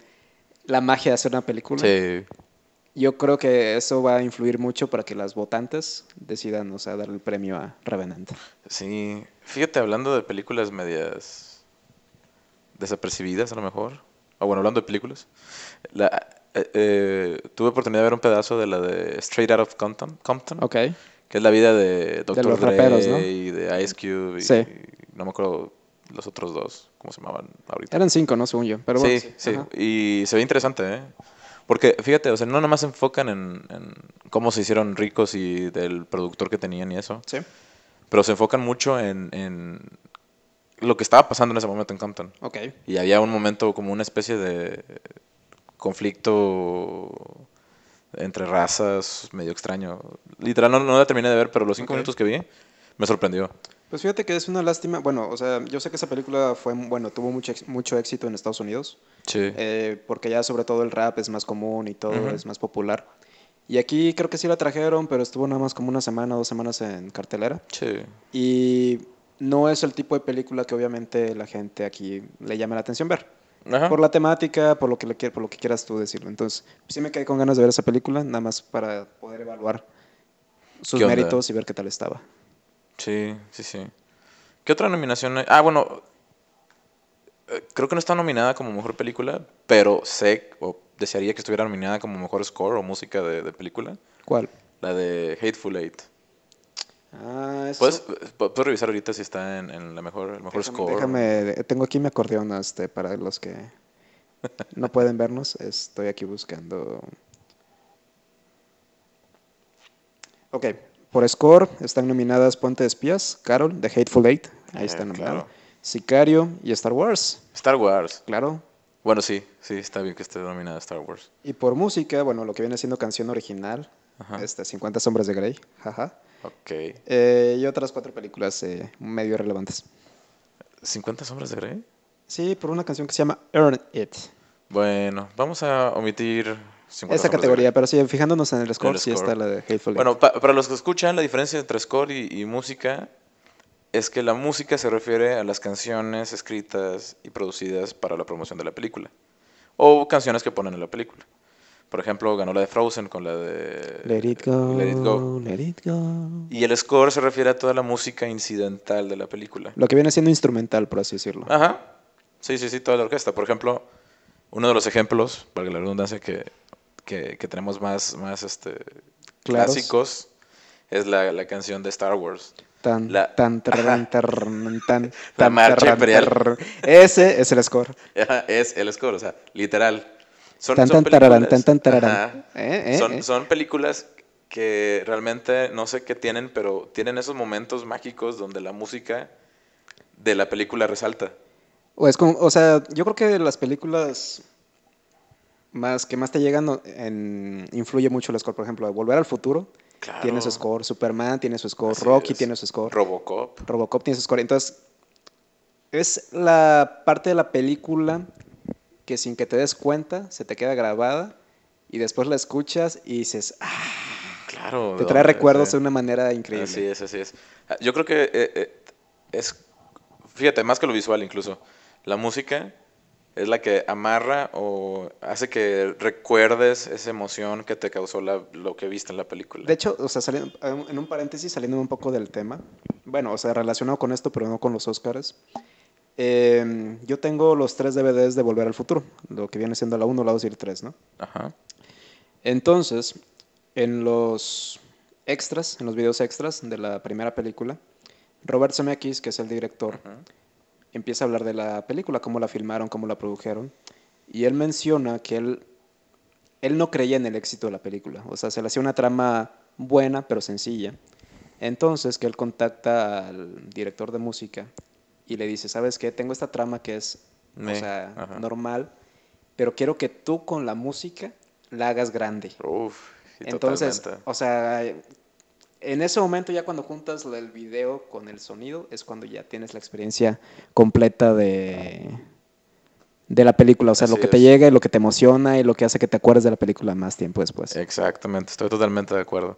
Speaker 2: la magia de hacer una película.
Speaker 1: Sí,
Speaker 2: Yo creo que eso va a influir mucho para que las votantes decidan, o sea, darle el premio a Revenant.
Speaker 1: sí. Fíjate, hablando de películas medias desapercibidas a lo mejor, o bueno, hablando de películas, la- eh, eh, tuve oportunidad de ver un pedazo de la de Straight Out of Compton, Compton,
Speaker 2: Ok.
Speaker 1: que es la vida de Dr.
Speaker 2: los
Speaker 1: Dre
Speaker 2: raperos, ¿no?
Speaker 1: y de Ice Cube y,
Speaker 2: Sí.
Speaker 1: y no me acuerdo los otros dos, cómo se llamaban ahorita.
Speaker 2: Eran cinco, ¿no? Según yo. Pero bueno,
Speaker 1: sí, sí,
Speaker 2: ajá.
Speaker 1: y se ve interesante, ¿eh? Porque fíjate, o sea, no nomás se enfocan en, en cómo se hicieron ricos y del productor que tenían y eso,
Speaker 2: Sí.
Speaker 1: pero se enfocan mucho en, en lo que estaba pasando en ese momento en Compton.
Speaker 2: Ok.
Speaker 1: Y había un momento como una especie de conflicto entre razas medio extraño. Literal, no, no la terminé de ver, pero los cinco
Speaker 2: Ok.
Speaker 1: minutos que vi me sorprendió.
Speaker 2: Pues fíjate que es una lástima. Bueno, o sea, yo sé que esa película fue, bueno, tuvo mucho, ex- mucho éxito en Estados Unidos.
Speaker 1: Sí.
Speaker 2: eh, porque ya sobre todo el rap es más común y todo
Speaker 1: Ujú.
Speaker 2: es más popular. Y aquí creo que sí la trajeron, pero estuvo nada más como una semana, dos semanas en cartelera.
Speaker 1: sí.
Speaker 2: Y no es el tipo de película que obviamente la gente aquí le llama la atención ver.
Speaker 1: Ajá.
Speaker 2: Por la temática, por lo que le quier- por lo que quieras tú decirlo. Entonces, sí me quedé con ganas de ver esa película, nada más para poder evaluar sus
Speaker 1: ¿Qué onda?
Speaker 2: méritos y ver qué tal estaba.
Speaker 1: Sí, sí, sí. ¿Qué otra nominación hay? Ah, bueno. eh, Creo que no está nominada como mejor película, pero sé o desearía que estuviera nominada como mejor score o música de, de película.
Speaker 2: ¿Cuál?
Speaker 1: La de Hateful Eight.
Speaker 2: Ah, eso-
Speaker 1: ¿Puedes, pu- puedes revisar ahorita si está en, en la mejor, el mejor
Speaker 2: déjame,
Speaker 1: score?
Speaker 2: déjame- tengo aquí mi acordeón este, para los que no pueden vernos. Estoy aquí buscando. Ok, por score están nominadas Puente de Espías, Carol, The Hateful Eight, ahí
Speaker 1: Eh,
Speaker 2: está nominada.
Speaker 1: claro.
Speaker 2: Sicario y Star Wars,
Speaker 1: Star Wars.
Speaker 2: claro.
Speaker 1: Bueno, sí, sí, está bien que esté nominada Star Wars.
Speaker 2: Y por música, bueno, lo que viene siendo canción original,
Speaker 1: Ajá.
Speaker 2: este, 50 sombras de Grey, jaja.
Speaker 1: Ok.
Speaker 2: Eh, y otras cuatro películas eh, medio relevantes.
Speaker 1: ¿50 sombras de Grey?
Speaker 2: Sí, por una canción que se llama Earn It.
Speaker 1: Bueno, vamos a omitir 50 sombras de
Speaker 2: Esa
Speaker 1: Grey.
Speaker 2: categoría, pero sí, fijándonos en el score,
Speaker 1: el
Speaker 2: sí
Speaker 1: score.
Speaker 2: está la de Hateful Eight.
Speaker 1: Bueno, pa- para los que escuchan, la diferencia entre score y, y música es que la música se refiere a las canciones escritas y producidas para la promoción de la película. O canciones que ponen en la película. Por ejemplo, ganó la de Frozen con la de
Speaker 2: Let it go,
Speaker 1: Let It Go.
Speaker 2: let it go.
Speaker 1: Y el score se refiere a toda la música incidental de la película.
Speaker 2: Lo que viene siendo instrumental, por así decirlo.
Speaker 1: Ajá. Sí, sí, sí, toda la orquesta. Por ejemplo, uno de los ejemplos, para la redundancia, que, que- que tenemos más, más este,
Speaker 2: Claros.
Speaker 1: clásicos es la, la canción de Star Wars.
Speaker 2: tan,
Speaker 1: la-
Speaker 2: tan,
Speaker 1: ajá.
Speaker 2: tarran, tarran, tan,
Speaker 1: La
Speaker 2: tan,
Speaker 1: marcha
Speaker 2: tarran,
Speaker 1: imperial.
Speaker 2: tarran. Ese es el score.
Speaker 1: Ajá, es el score, o sea, literal. Son,
Speaker 2: Tan,
Speaker 1: son
Speaker 2: tan, tararán,
Speaker 1: películas-
Speaker 2: tan, tan, tararán.
Speaker 1: ajá,
Speaker 2: Eh, eh,
Speaker 1: son,
Speaker 2: eh.
Speaker 1: son películas que realmente no sé qué tienen, pero tienen esos momentos mágicos donde la música de la película resalta.
Speaker 2: O, es como, o sea, yo creo que las películas más que más te llegan o- en, influye mucho el score. Por ejemplo, Volver al Futuro
Speaker 1: Claro.
Speaker 2: tiene su score, Superman tiene su score,
Speaker 1: Así
Speaker 2: Rocky
Speaker 1: es.
Speaker 2: tiene su score,
Speaker 1: Robocop.
Speaker 2: Robocop tiene su score. Entonces, es la parte de la película que sin que te des cuenta se te queda grabada y después la escuchas y dices, "Ah",
Speaker 1: Claro.
Speaker 2: te
Speaker 1: ¿de
Speaker 2: trae
Speaker 1: dónde?
Speaker 2: recuerdos
Speaker 1: Sí.
Speaker 2: de una manera increíble.
Speaker 1: Así es, así es. Ah, Yo creo que eh, eh, es, fíjate, más que lo visual incluso, la música es la que amarra o hace que recuerdes esa emoción que te causó la- lo que viste en la película.
Speaker 2: De hecho, o sea, saliendo- um, en un paréntesis, saliendo un poco del tema, bueno, o sea, relacionado con esto, pero no con los Oscars, eh, yo tengo los tres DVDs de Volver al Futuro, lo que viene siendo la 1, la 2 y el 3, ¿no?
Speaker 1: Ajá.
Speaker 2: Entonces, en los extras, en los videos extras de la primera película, Robert Zemeckis, que es el director,
Speaker 1: Ujú.
Speaker 2: empieza a hablar de la película, cómo la filmaron, cómo la produjeron, y él menciona que él, él no creía en el éxito de la película, o sea, se le hacía una trama buena pero sencilla. Entonces, que él contacta al director de música y le dice, ¿sabes qué? Tengo esta trama que es
Speaker 1: Me-
Speaker 2: o sea,
Speaker 1: ajá.
Speaker 2: normal, pero quiero que tú con la música la hagas grande.
Speaker 1: Uf, sí,
Speaker 2: Entonces,
Speaker 1: totalmente.
Speaker 2: o sea, en ese momento ya cuando juntas el video con el sonido es cuando ya tienes la experiencia completa de, de la película, o sea, lo
Speaker 1: Así
Speaker 2: que te
Speaker 1: es.
Speaker 2: llega y lo que te emociona y lo que hace que te acuerdes de la película más tiempo después.
Speaker 1: Eh, Exactamente, estoy totalmente de acuerdo.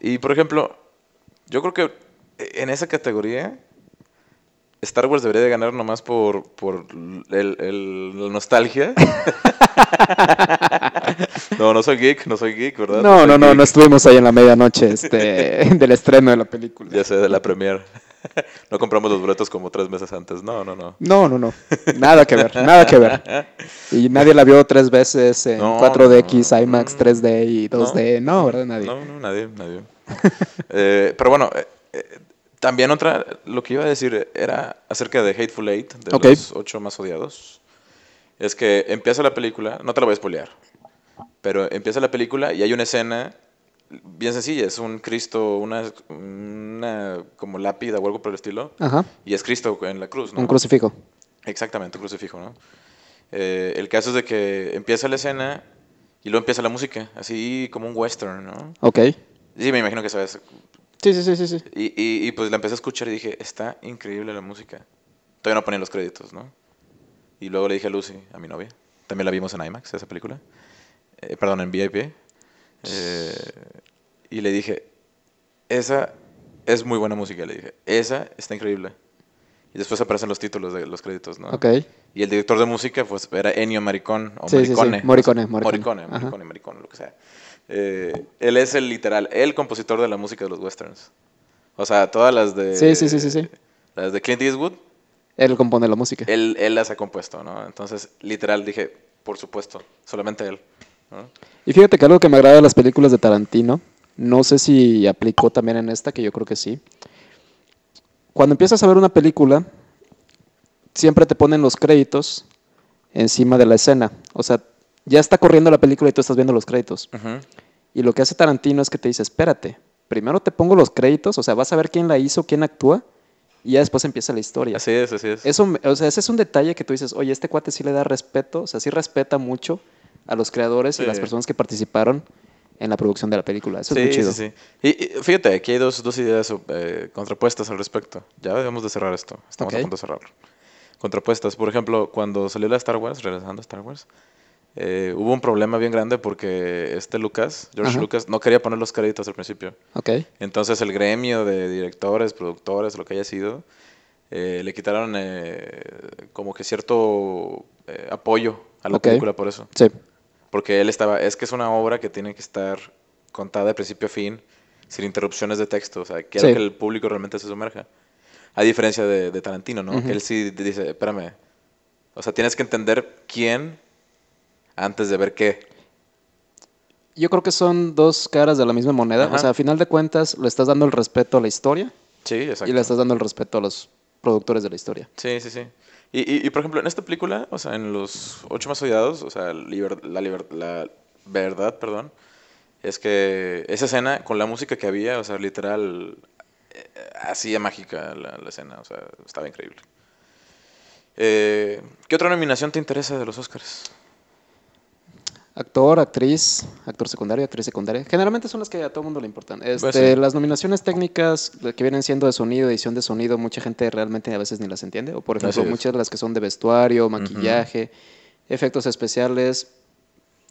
Speaker 1: Y por ejemplo, yo creo que en esa categoría Star Wars debería de ganar nomás por, por el, el- la nostalgia. no, no soy geek, no soy geek, ¿verdad?
Speaker 2: No,
Speaker 1: soy
Speaker 2: no, no,
Speaker 1: geek.
Speaker 2: no estuvimos ahí en la medianoche este, del estreno de la película.
Speaker 1: Ya sé, de la premier. no compramos los boletos como tres meses antes. No, no, no.
Speaker 2: No, no, no. Nada que ver, nada que ver. Y nadie la vio tres veces en
Speaker 1: No,
Speaker 2: 4DX,
Speaker 1: no,
Speaker 2: IMAX,
Speaker 1: no.
Speaker 2: 3D y 2D. No, ¿verdad? Nadie.
Speaker 1: No, no, nadie, nadie. Eh, pero bueno, eh, eh, también otra, lo que iba a decir era acerca de Hateful Eight, de
Speaker 2: Ok.
Speaker 1: los ocho más odiados. Es que empieza la película, no te la voy a spoilear, pero empieza la película y hay una escena bien sencilla, es un Cristo, una, una como lápida o algo por el estilo,
Speaker 2: Ajá.
Speaker 1: y es Cristo en la cruz, ¿no?
Speaker 2: Un crucifijo.
Speaker 1: Exactamente, un crucifijo, ¿no? Eh, el caso es de que empieza la escena y luego empieza la música, así como un western, ¿no?
Speaker 2: Ok.
Speaker 1: Sí, me imagino que sabes.
Speaker 2: Sí, sí, sí, sí. sí.
Speaker 1: Y, y- y, pues la empecé a escuchar y dije, está increíble la música. Todavía no ponían los créditos, ¿no? Y luego le dije a Lucy, a mi novia, también la vimos en IMAX, esa película. Eh, perdón, en VIP. Eh, y le dije, esa es muy buena música, le dije, esa está increíble. Y después aparecen los títulos de los créditos, ¿no?
Speaker 2: Ok.
Speaker 1: Y el director de música pues era Ennio Morricone o
Speaker 2: Sí, sí, sí,
Speaker 1: Morricone.
Speaker 2: Morricone,
Speaker 1: o sea,
Speaker 2: Morricone.
Speaker 1: Morricone,
Speaker 2: Ajá.
Speaker 1: Morricone, Morricone, lo que sea. Eh, él es el literal, el compositor de la música de los westerns. O sea, todas las de
Speaker 2: Sí, sí, sí, sí, sí.
Speaker 1: Las de Clint Eastwood,
Speaker 2: Él compone la música.
Speaker 1: él, él las ha compuesto, ¿no? Entonces, literal dije, por supuesto, solamente él. ¿no?
Speaker 2: Y fíjate que algo que me agrada de las películas de Tarantino, no sé si aplicó también en esta, que yo creo que sí. Cuando empiezas a ver una película, siempre te ponen los créditos encima de la escena. O sea, ya está corriendo la película y tú estás viendo los créditos. Y lo que hace Tarantino es que te dice, espérate, primero te pongo los créditos, o sea, vas a ver quién la hizo, quién actúa, y ya después empieza la historia.
Speaker 1: Así es, así es.
Speaker 2: Eso, me- o sea, ese es un detalle que tú dices, oye, este cuate sí le da respeto, o sea, sí respeta mucho a los creadores y
Speaker 1: Sí.
Speaker 2: las personas que participaron en la producción de la película. Eso
Speaker 1: sí,
Speaker 2: es muy chido.
Speaker 1: sí, sí. Y, y fíjate, aquí hay dos, dos ideas eh, contrapuestas al respecto. Ya debemos de cerrar esto. Estamos
Speaker 2: Ok.
Speaker 1: a punto de cerrarlo. Contrapuestas. Por ejemplo, cuando salió la Star Wars, regresando a Star Wars, eh, hubo un problema bien grande porque este Lucas, George
Speaker 2: Ajá.
Speaker 1: Lucas, no quería poner los créditos al principio.
Speaker 2: Ok.
Speaker 1: Entonces el gremio de directores, productores, lo que haya sido, eh, le quitaron eh, como que cierto eh, apoyo a la
Speaker 2: Ok.
Speaker 1: película por eso.
Speaker 2: Sí.
Speaker 1: Porque él estaba, es que es una obra que tiene que estar contada de principio a fin, sin interrupciones de texto. O sea, quiero
Speaker 2: Sí.
Speaker 1: que el público realmente se sumerja. A diferencia de, de Tarantino, ¿no?
Speaker 2: Ujú.
Speaker 1: Que él sí dice, espérame. O sea, tienes que entender quién antes de ver qué.
Speaker 2: Yo creo que son dos caras de la misma moneda.
Speaker 1: Ajá.
Speaker 2: O sea, a final de cuentas, le estás dando el respeto a la historia
Speaker 1: Sí, exacto.
Speaker 2: y le estás dando el respeto a los productores de la historia.
Speaker 1: Sí, sí, sí. Y, y, y, por ejemplo, en esta película, o sea, en los ocho más odiados, o sea, liber- la, liber- la verdad, perdón, es que esa escena con la música que había, o sea, literal, eh, hacía mágica la, la escena, o sea, estaba increíble. Eh, ¿Qué otra nominación te interesa de los Oscars?
Speaker 2: Actor, actriz, actor secundario, actriz secundaria. Generalmente son las que a todo mundo le importan. Este,
Speaker 1: Pues sí.
Speaker 2: Las nominaciones técnicas que vienen siendo de sonido, edición de sonido, mucha gente realmente a veces ni las entiende. O por
Speaker 1: Así
Speaker 2: ejemplo,
Speaker 1: es.
Speaker 2: muchas de las que son de vestuario, maquillaje, efectos especiales,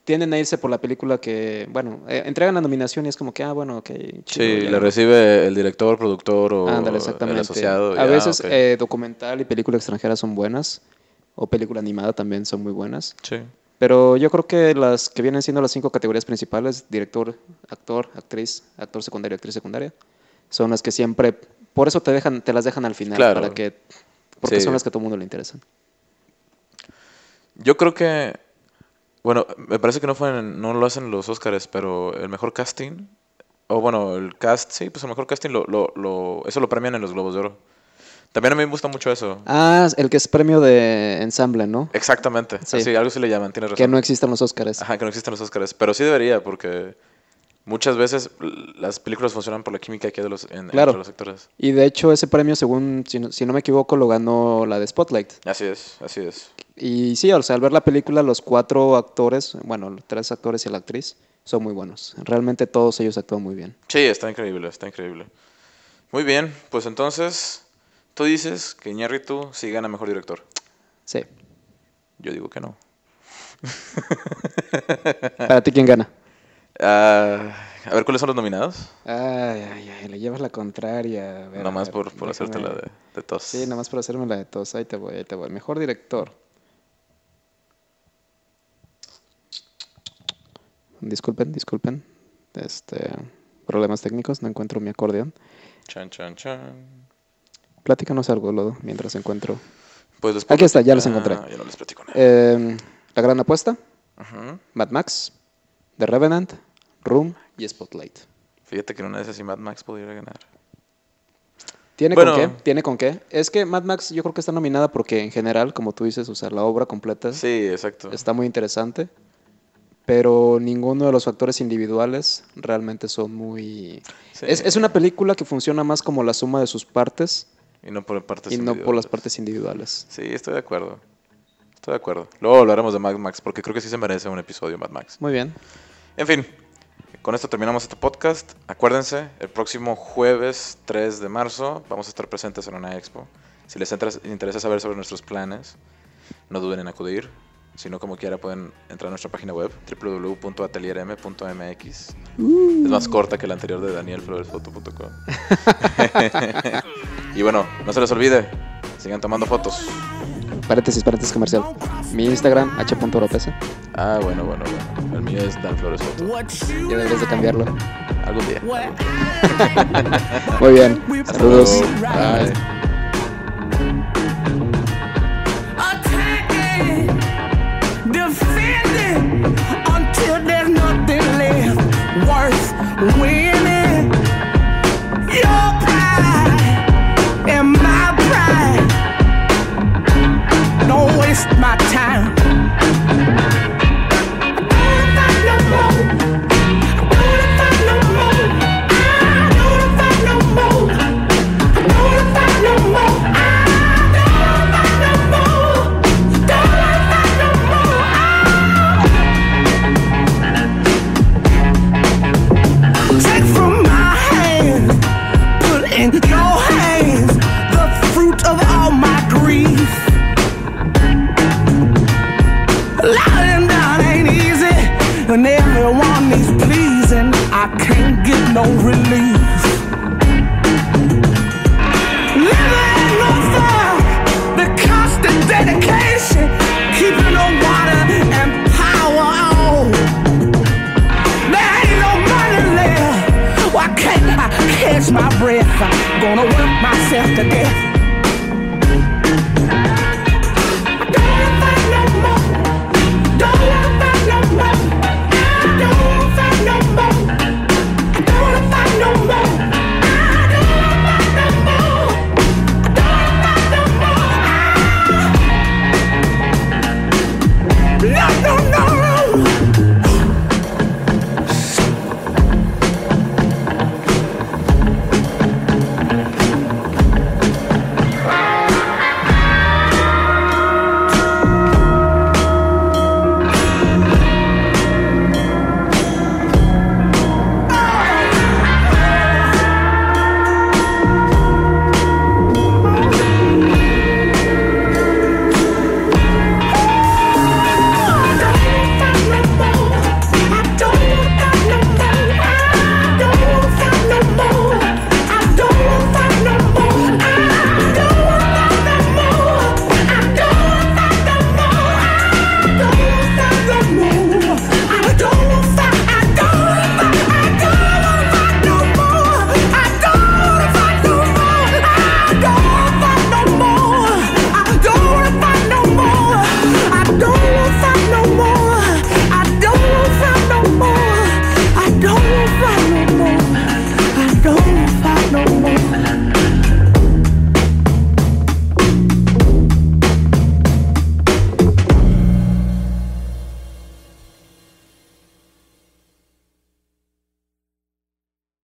Speaker 2: tienden a irse por la película que, bueno, eh, entregan la nominación y es como que, ah, bueno, ok. chido, ya ganó.
Speaker 1: recibe el director, productor o
Speaker 2: Ándale, exactamente. a veces eh, documental y película extranjera son buenas, o película animada también son muy buenas.
Speaker 1: sí.
Speaker 2: Pero yo creo que las que vienen siendo las cinco categorías principales, director, actor, actriz, actor secundario, actriz secundaria, son las que siempre, por eso te dejan, te las dejan al final,
Speaker 1: Claro.
Speaker 2: para que, porque
Speaker 1: Sí.
Speaker 2: son las que a todo mundo le interesan.
Speaker 1: Yo creo que. Bueno, me parece que no fue en- no lo hacen los Oscars, pero el mejor casting. O bueno, el cast, sí, pues el mejor casting lo, lo, lo- eso lo premian en los Globos de Oro. También a mí me gusta mucho eso.
Speaker 2: Ah, el que es premio de ensamble, ¿no?
Speaker 1: Exactamente.
Speaker 2: Sí.
Speaker 1: Sí. algo se le llaman, tienes razón.
Speaker 2: Que no existen los Óscares.
Speaker 1: Ajá, que no existen los Oscars. Pero sí debería, porque muchas veces l- las películas funcionan por la química que hay de los, en-
Speaker 2: Claro.
Speaker 1: entre los actores.
Speaker 2: Y de hecho ese premio, según, si no, si no me equivoco, lo ganó la de Spotlight.
Speaker 1: Así es, así es.
Speaker 2: Y sí, o sea, al ver la película, los cuatro actores, bueno, los tres actores y la actriz, son muy buenos. Realmente todos ellos actúan muy bien.
Speaker 1: Sí, está increíble, está increíble. Muy bien, pues entonces, tú dices que Iñárritu sí gana mejor director.
Speaker 2: Sí.
Speaker 1: Yo digo que no.
Speaker 2: ¿Para ti quién gana?
Speaker 1: Ah, a ver, ¿cuáles son los nominados?
Speaker 2: Ay, ay, ay, le llevas la contraria. A ver,
Speaker 1: Nomás
Speaker 2: a ver,
Speaker 1: por, por hacerte la
Speaker 2: déjame-
Speaker 1: de, de tos.
Speaker 2: Sí, nomás por hacerme la de todos. Ahí te voy, ahí te voy. Mejor director. Disculpen, disculpen. Este, problemas técnicos, no encuentro mi acordeón.
Speaker 1: Chan, chan, chan.
Speaker 2: Platícanos algo, Lodo, mientras encuentro.
Speaker 1: Pues les
Speaker 2: Aquí
Speaker 1: platico-
Speaker 2: está, ya los
Speaker 1: Ah,
Speaker 2: encontré.
Speaker 1: yo no les platico nada.
Speaker 2: Eh, la gran apuesta,
Speaker 1: Ujú.
Speaker 2: Mad Max, The Revenant, Room y Spotlight.
Speaker 1: Fíjate que en una de esas sí Mad Max pudiera ganar.
Speaker 2: ¿Tiene
Speaker 1: Bueno.
Speaker 2: con qué? ¿Tiene con qué? Es que Mad Max yo creo que está nominada porque en general, como tú dices, o sea, la obra completa
Speaker 1: Sí, exacto.
Speaker 2: está muy interesante, pero ninguno de los factores individuales realmente son muy...
Speaker 1: Sí.
Speaker 2: Es, es una película que funciona más como la suma de sus partes
Speaker 1: Y no por partes
Speaker 2: y no por las
Speaker 1: individuales.
Speaker 2: partes individuales.
Speaker 1: Sí, estoy de acuerdo. Estoy de acuerdo. Luego hablaremos de Mad Max, porque creo que sí se merece un episodio Mad Max.
Speaker 2: Muy bien.
Speaker 1: En fin, con esto terminamos este podcast. Acuérdense, el próximo jueves 3 de marzo vamos a estar presentes en una expo. Si les entra- interesa saber sobre nuestros planes, no duden en acudir. Si no, como quiera, pueden entrar a nuestra página web www.atelierm.mx. Es más corta que la anterior de danielfloresfoto.com. y bueno, no se les olvide, sigan tomando fotos.
Speaker 2: Paréntesis, paréntesis comercial. Mi Instagram, h.oropesa,
Speaker 1: Ah, bueno, bueno, bueno. El mío es Dan Flores Foto.
Speaker 3: What you
Speaker 2: ya deberías de cambiarlo.
Speaker 1: Algún día.
Speaker 3: what
Speaker 2: Muy bien.
Speaker 3: Hasta
Speaker 2: Saludos.
Speaker 3: luego.
Speaker 2: Bye.
Speaker 1: Bye.